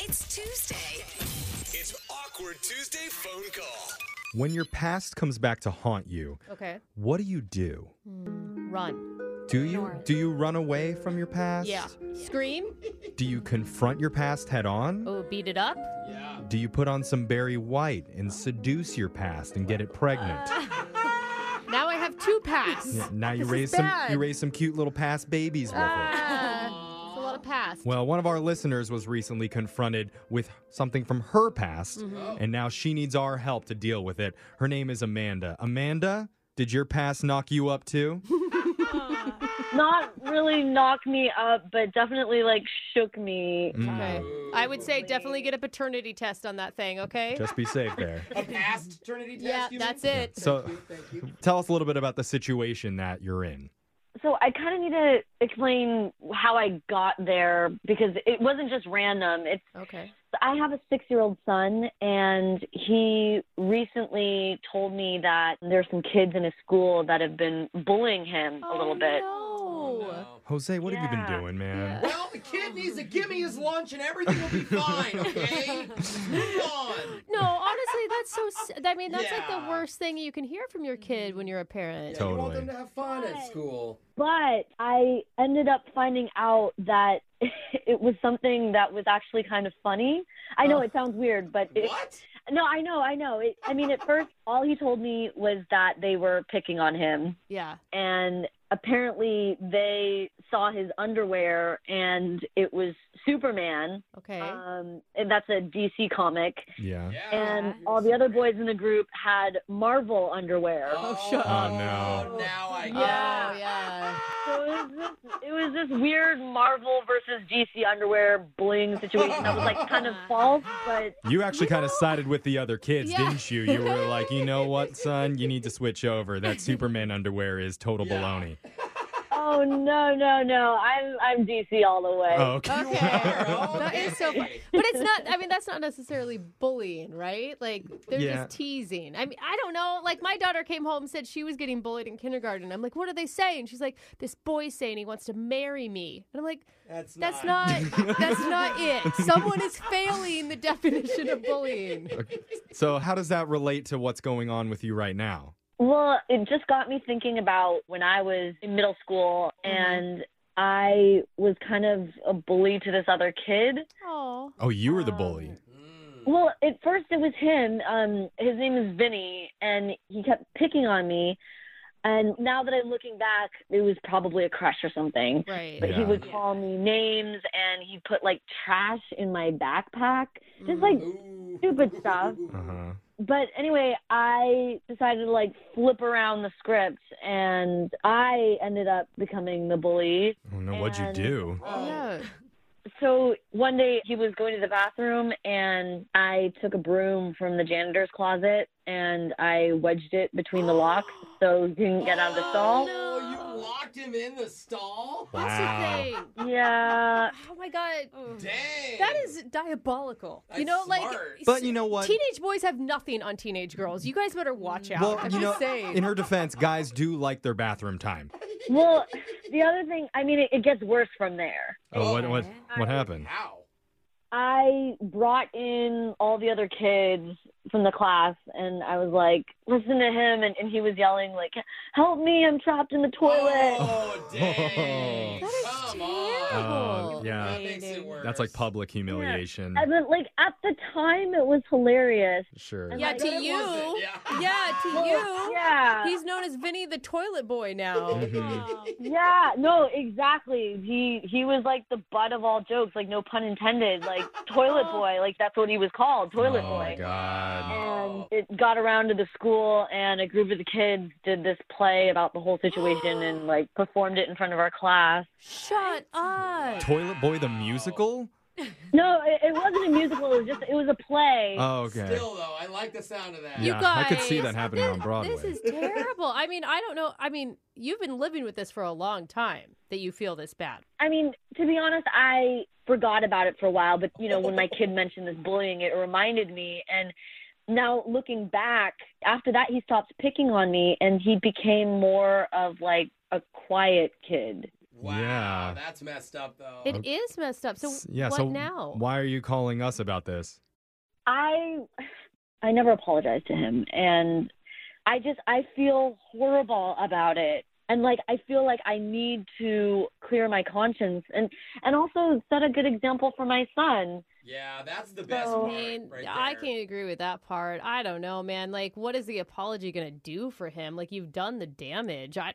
It's Tuesday. It's Awkward Tuesday phone call. When your past comes back to haunt you, Okay. what do you do? Run. Do you do you run away from your past? Scream. Do you confront your past head on? Oh, beat it up. Do you put on some Barry White and seduce your past and get it pregnant? Now I have two pass. Yeah, now you Ah. this is raise some bad. you raise some cute little past babies with it. Ah, it's a lot of pass. Well, one of our listeners was recently confronted with something from her past, Mm-hmm. and now she needs our help to deal with it. Her name is Amanda. Amanda, did your past knock you up too? not really knock me up, but definitely like shook me. Okay. I would say definitely get a paternity test on that thing, okay? Just be safe there. A past eternity test? yeah, you mean? that's it. So, tell us a little bit about the situation that you're in. So I kind of need to explain how I got there because it wasn't just random. It's Okay. I have a six year old son, and he recently told me that there's some kids in his school that have been bullying him a little bit. Oh, no. Jose, what have you Yeah. been doing, man? Well, the kid needs to give me his lunch and everything will be fine, okay? Move on. No, honestly, that's so. s- I mean, that's like the Yeah. worst thing you can hear from your kid when you're a parent. Yeah, You want Totally. them to have fun at school. But I ended up finding out that it was something that was actually kind of funny. I know Oh. it sounds weird, but it, What? No, I know, I know. It, I mean, at first, all he told me was that they were picking on him, Yeah. and apparently, they saw his underwear, and it was Superman. Okay. Uh, Um, and that's a DC comic, Yeah. and all the other boys in the group had Marvel underwear. Oh, shut up. Oh, no. Now I get Oh, yeah. yeah. So it was this, it was this weird Marvel versus DC underwear bling situation that was like kind of false, but You actually kind of sided with the other kids, Yeah. didn't you? You were like, you know what, son? You need to switch over. That Superman underwear is total Yeah. baloney. oh no, no, no, I'm I'm DC all the way. Oh, okay. Okay. That is so funny. But it's not. I mean, that's not necessarily bullying, right? Like they're Yeah. just teasing. I mean, I don't know. Like my daughter came home and said she was getting bullied in kindergarten. I'm like, what are they saying? She's like, this boy's saying he wants to marry me, and I'm like, That's, that's not. that's not it. Someone is failing the definition of bullying. So, how does that relate to what's going on with you right now? Well, it just got me thinking about when I was in middle school Mhm. and I was kind of a bully to this other kid. Oh. Oh, you were the bully. Mm. Well, at first it was him. Um, his name is Vinny, and he kept picking on me. And now that I'm looking back, it was probably a crush or something. Right. But he Yeah. would call me names, and he put like trash in my backpack, Mm. just like Ooh. stupid stuff. Uh Um, huh. but anyway, I decided to like flip around the script, and I ended up becoming the bully. Oh, no, what'd you And- do? Yeah. So one day he was going to the bathroom, and I took a broom from the janitor's closet and I wedged it between the locks so he couldn't get out of the stall. Oh, you locked him in the stall? Wow. That's the thing. Yeah, Oh my god. Dang. That is diabolical. you know, That's like smart. But you know what? Teenage boys have nothing on teenage girls. You guys better watch out. Well, I'm you know, just saying. in her defense, guys do like their bathroom time. well, the other thing, I mean, it, it gets worse from there. Oh, what what what happened? How? I brought in all the other kids from the class, and I was like, listen to him, and, and he was yelling like, "Help me! I'm trapped in the toilet." Oh, dang. that is Come on. terrible. Oh, yeah. That makes it worse. That's like public humiliation. And then, like at the time, it was hilarious. Sure. Yeah, I to bet it you. wasn't. Yeah. Yeah. to you. Yeah. Oh. He's known as Vinny the Toilet Boy now. Mm-hmm. Yeah, no, exactly. He he was like the butt of all jokes, like no pun intended, like toilet boy, like that's what he was called, toilet oh my boy. god. And it got around to the school, and a group of the kids did this play about the whole situation and like performed it in front of our class. Shut up. Toilet Boy the musical? No, it, it wasn't a musical. It was just it was a play. Oh, okay. Still, though, I like the sound of that. You yeah, I could see guys, that happening on this- Broadway. This is terrible. I mean, I don't know. I mean, you've been living with this for a long time that you feel this bad. I mean, to be honest, I forgot about it for a while, but you know, when my kid mentioned this bullying, it reminded me and now looking back, after that he stopped picking on me and he became more of like a quiet kid. Wow, Yeah. that's messed up though. It is messed up. So S- Uh, yeah. what so now? why are you calling us about this? I I never apologized to him and I just I feel horrible about it. And like I feel like I need to clear my conscience and and also set a good example for my son. yeah, that's the best So- I part. mean, right Oh, I there. can't agree with that part. I don't know, man. Like, what is the apology gonna do for him? Like, you've done the damage. I,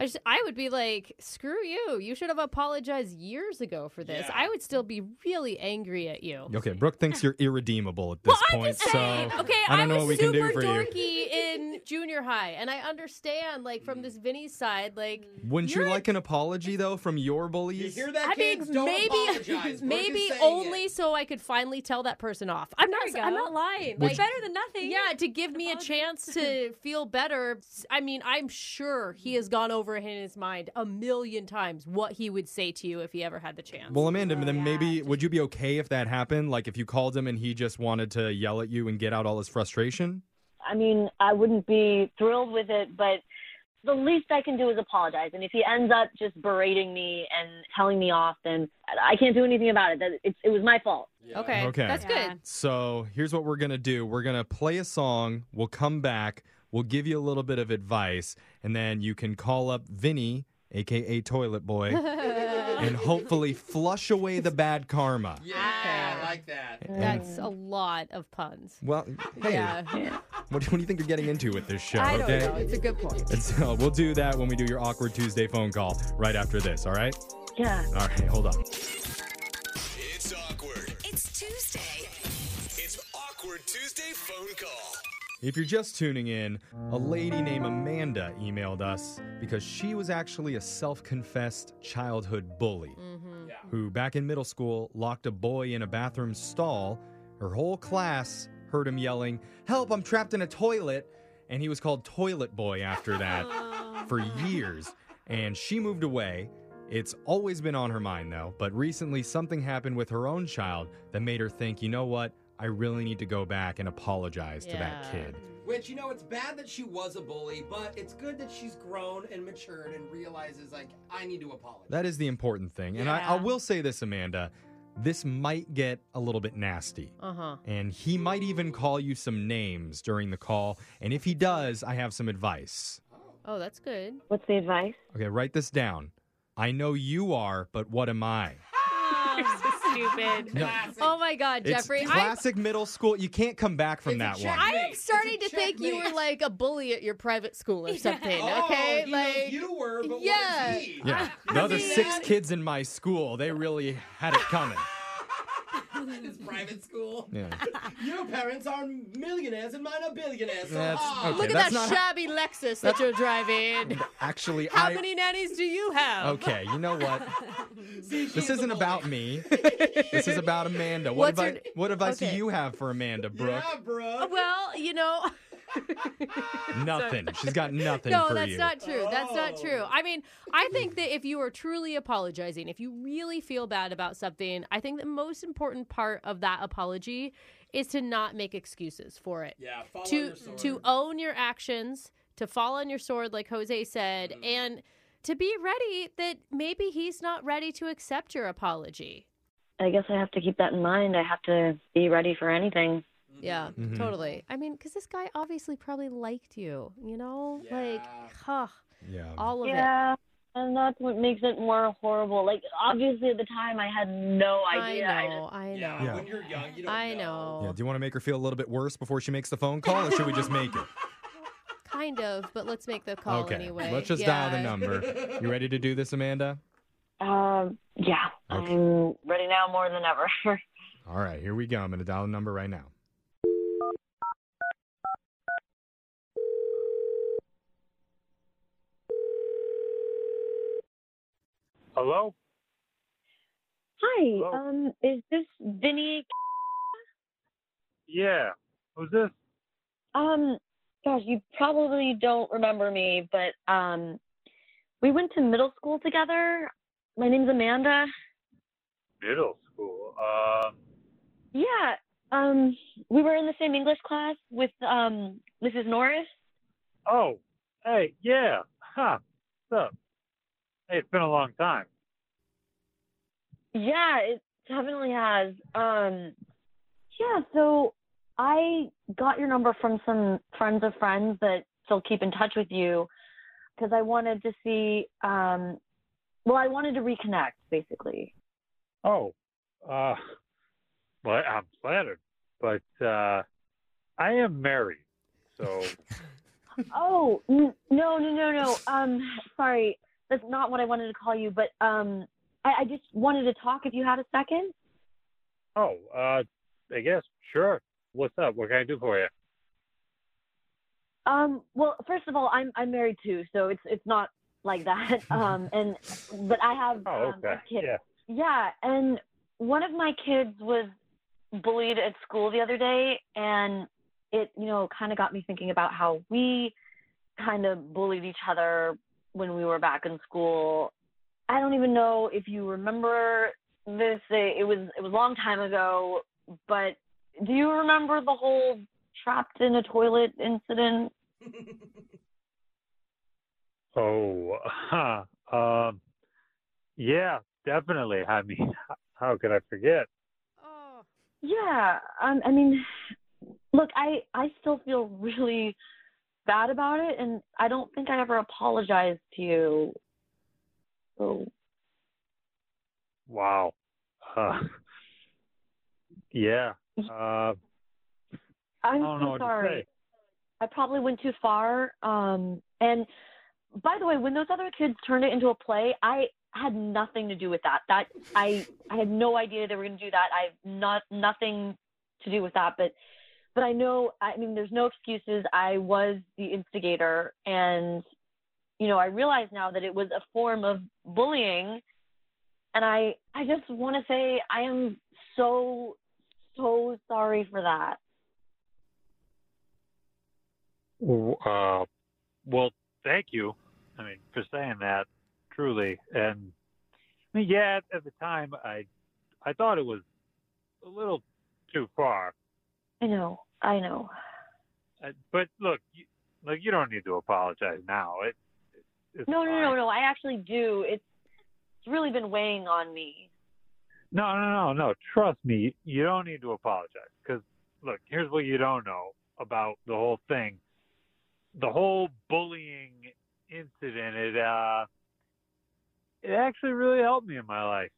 I just, I would be like, screw you. You should have apologized years ago for this. Yeah. I would still be really angry at you. Okay, Brooke thinks you're irredeemable at this Well, I'm point, just saying. so okay, uh, I don't know was what we can super do for you. dorky in junior high, and I understand, like, from this Vinny's side, like, wouldn't you You're a- like an apology though from your You bullies? hear that, I kids? mean, Don't maybe, apologize. We're maybe just saying only it. so I could finally tell that person off. I'm There not, we I'm go. not lying. Would Like, you- Better than nothing. yeah, to give me a apology. chance to feel better. I mean, I'm sure he has gone over in his mind a million times what he would say to you if he ever had the chance. Well, Amanda, then yeah, maybe would you be okay if that happened? Like if you called him and he just wanted to yell at you and get out all his frustration? I mean, I wouldn't be thrilled with it, but the least I can do is apologize. And if he ends up just berating me and telling me off, then I can't do anything about it. That it's, it was my fault. Yeah. okay, Okay. that's Yeah. good. So here's what we're going to do we're going to play a song, we'll come back, we'll give you a little bit of advice, and then you can call up Vinny, aka Toilet Boy, and hopefully flush away the bad karma. Yeah, Okay. I like that. And- That's a lot of puns. well, hey, Yeah, what, do- what do you think you're getting into with this show? I don't okay, know. It's a good point. and so we'll do that when we do your awkward Tuesday phone call right after this. All right, Yeah. all right, hold on. It's awkward. It's Tuesday. It's awkward Tuesday phone call. If you're just tuning in, a lady named Amanda emailed us because she was actually a self confessed childhood bully Mhm. who, back in middle school, locked a boy in a bathroom stall. Her whole class heard him yelling, Help, I'm trapped in a toilet. And he was called Toilet Boy after that for years. And she moved away. It's always been on her mind, though. But recently, something happened with her own child that made her think, you know what? I really need to go back and apologize to that Yeah. kid. Which you know, it's bad that she was a bully, but it's good that she's grown and matured and realizes like I need to apologize. That is the important thing. And I, I Yeah. will say this, Amanda. This might get a little bit nasty. Uh huh. And he might even call you some names during the call. And if he does, I have some advice. Oh, that's good. What's the advice? Okay, write this down. I know you are, but what am I? stupid. No. Classic. Oh my God, Jeffrey. it's I, classic middle school. You can't come back from It's a that check. one. I am It's a starting to think you were checkmate. like a bully at your private school or something. Oh, Okay, he knows like you were, but yeah. what is he? Yeah, I- the I other mean- six kids in my school, they really had it coming. In his private school. Yeah. Your parents are millionaires and mine are billionaires. So That's- ah. okay. Look that's at that not- shabby Lexus that you're driving. Actually, How I. many nannies do you have? Okay, you know what? See, she's This the isn't bully. about me. This is about Amanda. What What's advice? your- What advice do Okay. you have for Amanda, Brooke? Yeah, bro. Well, you know, Nothing. She's got nothing no, for that's you. not true. That's not Oh. true. I mean, I think that if you are truly apologizing, if you really feel bad about something, I think the most important part of that apology is to not make excuses for it. Yeah, follow to your sword. to own your actions, to fall on your sword, like Jose said, Mm-hmm. and to be ready that maybe he's not ready to accept your apology. I guess I have to keep that in mind. I have to be ready for anything. Yeah, Mm-hmm. Mhm. totally. I mean, because this guy obviously probably liked you, you know, like, Yeah. huh, Yeah. all of it. Yeah, and that's what makes it more horrible. Like obviously at the time I had no I idea. know, I know, Yeah, When you're young, you don't I know. know. Yeah. Do you want to make her feel a little bit worse before she makes the phone call, or should we just make it? Kind of, but let's make the call okay. anyway. Let's just dial the Yeah. number. You ready to do this, Amanda? I know. Um, yeah, Okay. I'm ready now more than ever. All right. Here we go. I'm gonna dial the number right now. Hello? Hi, Hello? um, is this Vinny? Yeah. Who's this? Um, gosh, you probably don't remember me, but um, we went to middle school together. My name's Amanda. Middle school. Um, Yeah, um, we were in the same English class with um Mrs. Norris. oh, hey, yeah. Ha. What's up? Hey, it's been a long time. Yeah, it definitely has. Um, yeah, so I got your number from some friends of friends that still keep in touch with you because I wanted to see, um, well, I wanted to reconnect basically. Oh, uh, well, I'm flattered, but uh, I am married, so Oh, n- no, no, no, no. Um, sorry, that's not what I wanted to call you, but um, I, I just wanted to talk if you had a second. oh, uh, I guess sure. What's up? What can I do for you? Um, well, first of all, I'm I'm married too, so it's it's not like that. Um, and but I have Oh, um, okay. a kid. Yeah. Yeah, and one of my kids was bullied at school the other day, and it, you know, kind of got me thinking about how we kind of bullied each other when we were back in school. I don't even know if you remember this. It it was it was a long time ago, but do you remember the whole trapped in a toilet incident? Oh, huh. um, yeah, definitely. I mean, how could I forget? Oh. Yeah, um, I mean, look, I I still feel really bad about it, and I don't think I ever apologized to you. So Wow. Uh, yeah. Uh, I'm I don't so know what to sorry. say. I probably went too far. Um, and by the way, when those other kids turned it into a play, I had nothing to do with that. That I I had no idea they were going to do that. I've not nothing to do with that. But but I know. I mean, there's no excuses. I was the instigator, and you know, I realize now that it was a form of bullying. And I I just want to say I am so so sorry for that. w- Uh, well, thank you. I mean, for saying that, truly. And I mean, yeah, at, at the time, I, I thought it was a little too far. I know. I know. Uh, but look, you, like you don't need to apologize now. It, it's No, no, fine. no, no. I actually do. It's it's really been weighing on me. No, no, no, no. Trust me, you don't need to apologize. Because, look, here's what you don't know about the whole thing the whole bullying incident, it, uh, it actually really helped me in my life.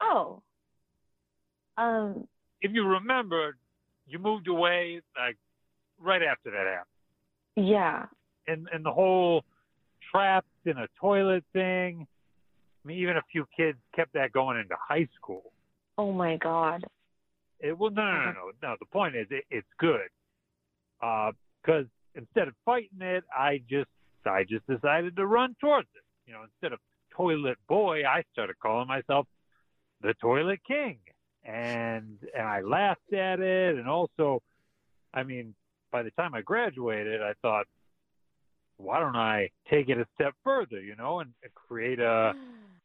Oh. Um. If you remember, you moved away, like, right after that happened. Yeah. and and the whole trapped in a toilet thing. I mean, even a few kids kept that going into high school. Oh my God. It, well, no, no, no, no, no. The point is, it, it's good because instead of fighting it, I just I just decided to run towards it. You know, instead of toilet boy, I started calling myself the toilet king, and and I laughed at it, and also, I mean, by the time I graduated, I thought, why don't I take it a step further? You know, and create a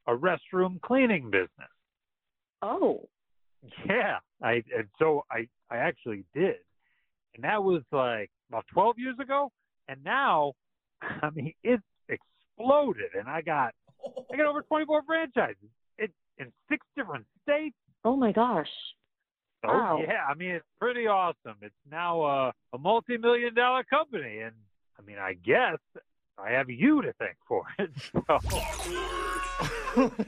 a restroom cleaning business. Oh. Yeah, I and so I I actually did, and that was like about twelve years ago, and now, I mean, it's exploded, and I got I got over twenty four franchises it, in six different states. Oh my gosh. So Wow. yeah, I mean, it's pretty awesome. It's now a a multi million dollar company, and I mean, I guess I have you to thank for it. So.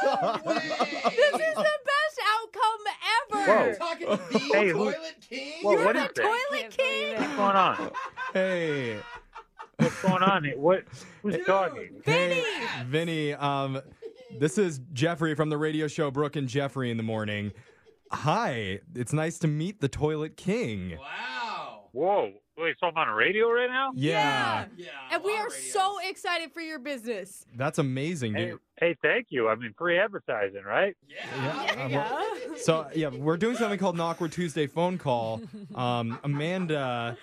This is the best outcome You're ever. talking to the Hey, who- toilet king? Whoa, You're what the is that? toilet Can't believe king. it. What's going on? hey, What's going on? here? What who's Dude. talking? Vinny. Vinny, um, this is Jeffrey from the radio show Brooke and Jeffrey in the morning. Hi, it's nice to meet the Toilet King. Wow. Whoa! Wait, so I'm on the radio right now? Yeah, Yeah. And we a lot are of radios. so excited for your business. that's amazing, Hey, dude. hey, thank you. I mean, free advertising, right? Yeah. Yeah. There you go. So yeah, we're doing something called an awkward Tuesday phone call. Um, Amanda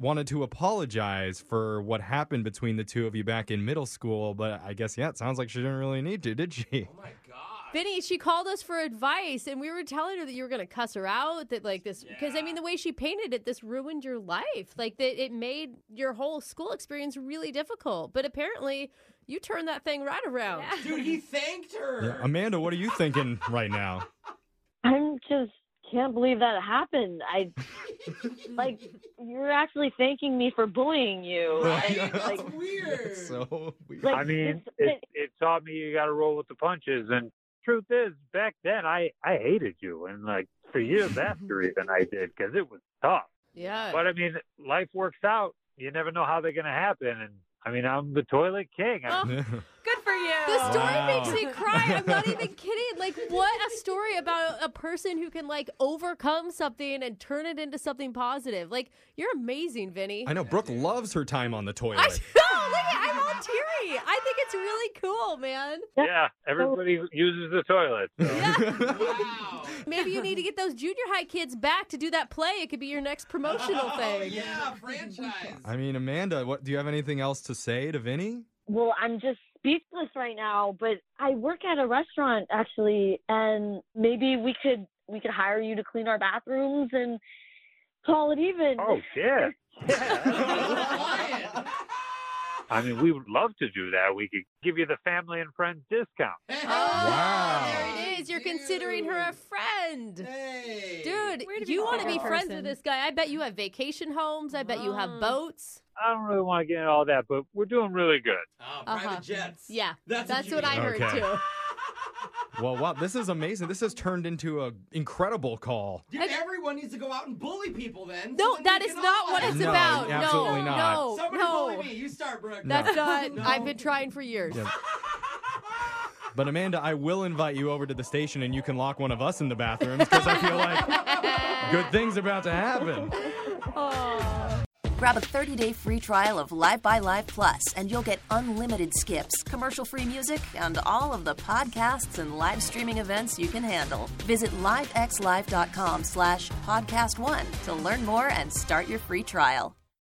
wanted to apologize for what happened between the two of you back in middle school, but I guess yeah, it sounds like she didn't really need to, did she? Oh my God. Vinny, she called us for advice, and we were telling her that you were going to cuss her out. That like this, because I Yeah. mean, the way she painted it, this ruined your life. Like that, it made your whole school experience really difficult. But apparently, You turned that thing right around. Dude, he thanked her. Yeah, Amanda, what are you thinking right now? I'm just can't believe that happened. I like you're actually thanking me for bullying you. Right. And, That's like weird. It's so weird. Like- I mean, it's- it, it taught me you got to roll with the punches. And truth is, back then I I hated you, and like for years after even I did because it was tough. Yeah. But I mean, life works out. You never know how they're gonna happen. And I mean, I'm the toilet king. I Oh, Good for you. The story Wow. makes me cry. I'm not even kidding. Like, what a story about a person who can like overcome something and turn it into something positive. Like, you're amazing, Vinny. I know Brooke loves her time on the I toilet. know. Look, at- I'm all teary. I think it's really cool, man. yeah, everybody uses the toilet. So. Wow. Maybe you need to get those junior high kids back to do that play. It could be your next promotional Oh, thing. yeah, franchise. I mean, Amanda, what do you have anything else to say to Vinny? well, I'm just speechless right now, but I work at a restaurant actually and maybe we could we could hire you to clean our bathrooms and call it even. Oh yeah, yeah. Lion. I mean, we would love to do that. We could give you the family and friends discount. Hey. Wow. Oh, There it is. You're considering her a friend. Hey. Dude, Way to be you want to fair be friends person. Oh. with this guy. I bet you have vacation homes. I bet you have Wow. boats. I don't really want to get into all that, but we're doing really good. Oh, private Uh-huh. jets. Yeah. That's, That's you what I mean. heard Okay. too. Well, wow, this is amazing. This has turned into an incredible call. Dude, everyone needs to go out and bully people then. so No, then that we is can not all what it's laugh. No, about. absolutely no, not. no, Somebody no. bully me. You start, Brooke. No. That's not. No. I've been trying for years. Yeah. But Amanda, I will invite you over to the station and you can lock one of us in the bathrooms because I feel like good things about to happen. Grab a 30-day free trial of Live by Live Plus, and you'll get unlimited skips, commercial-free music, and all of the podcasts and live streaming events you can handle. Visit livexlive.com slash podcast one to learn more and start your free trial.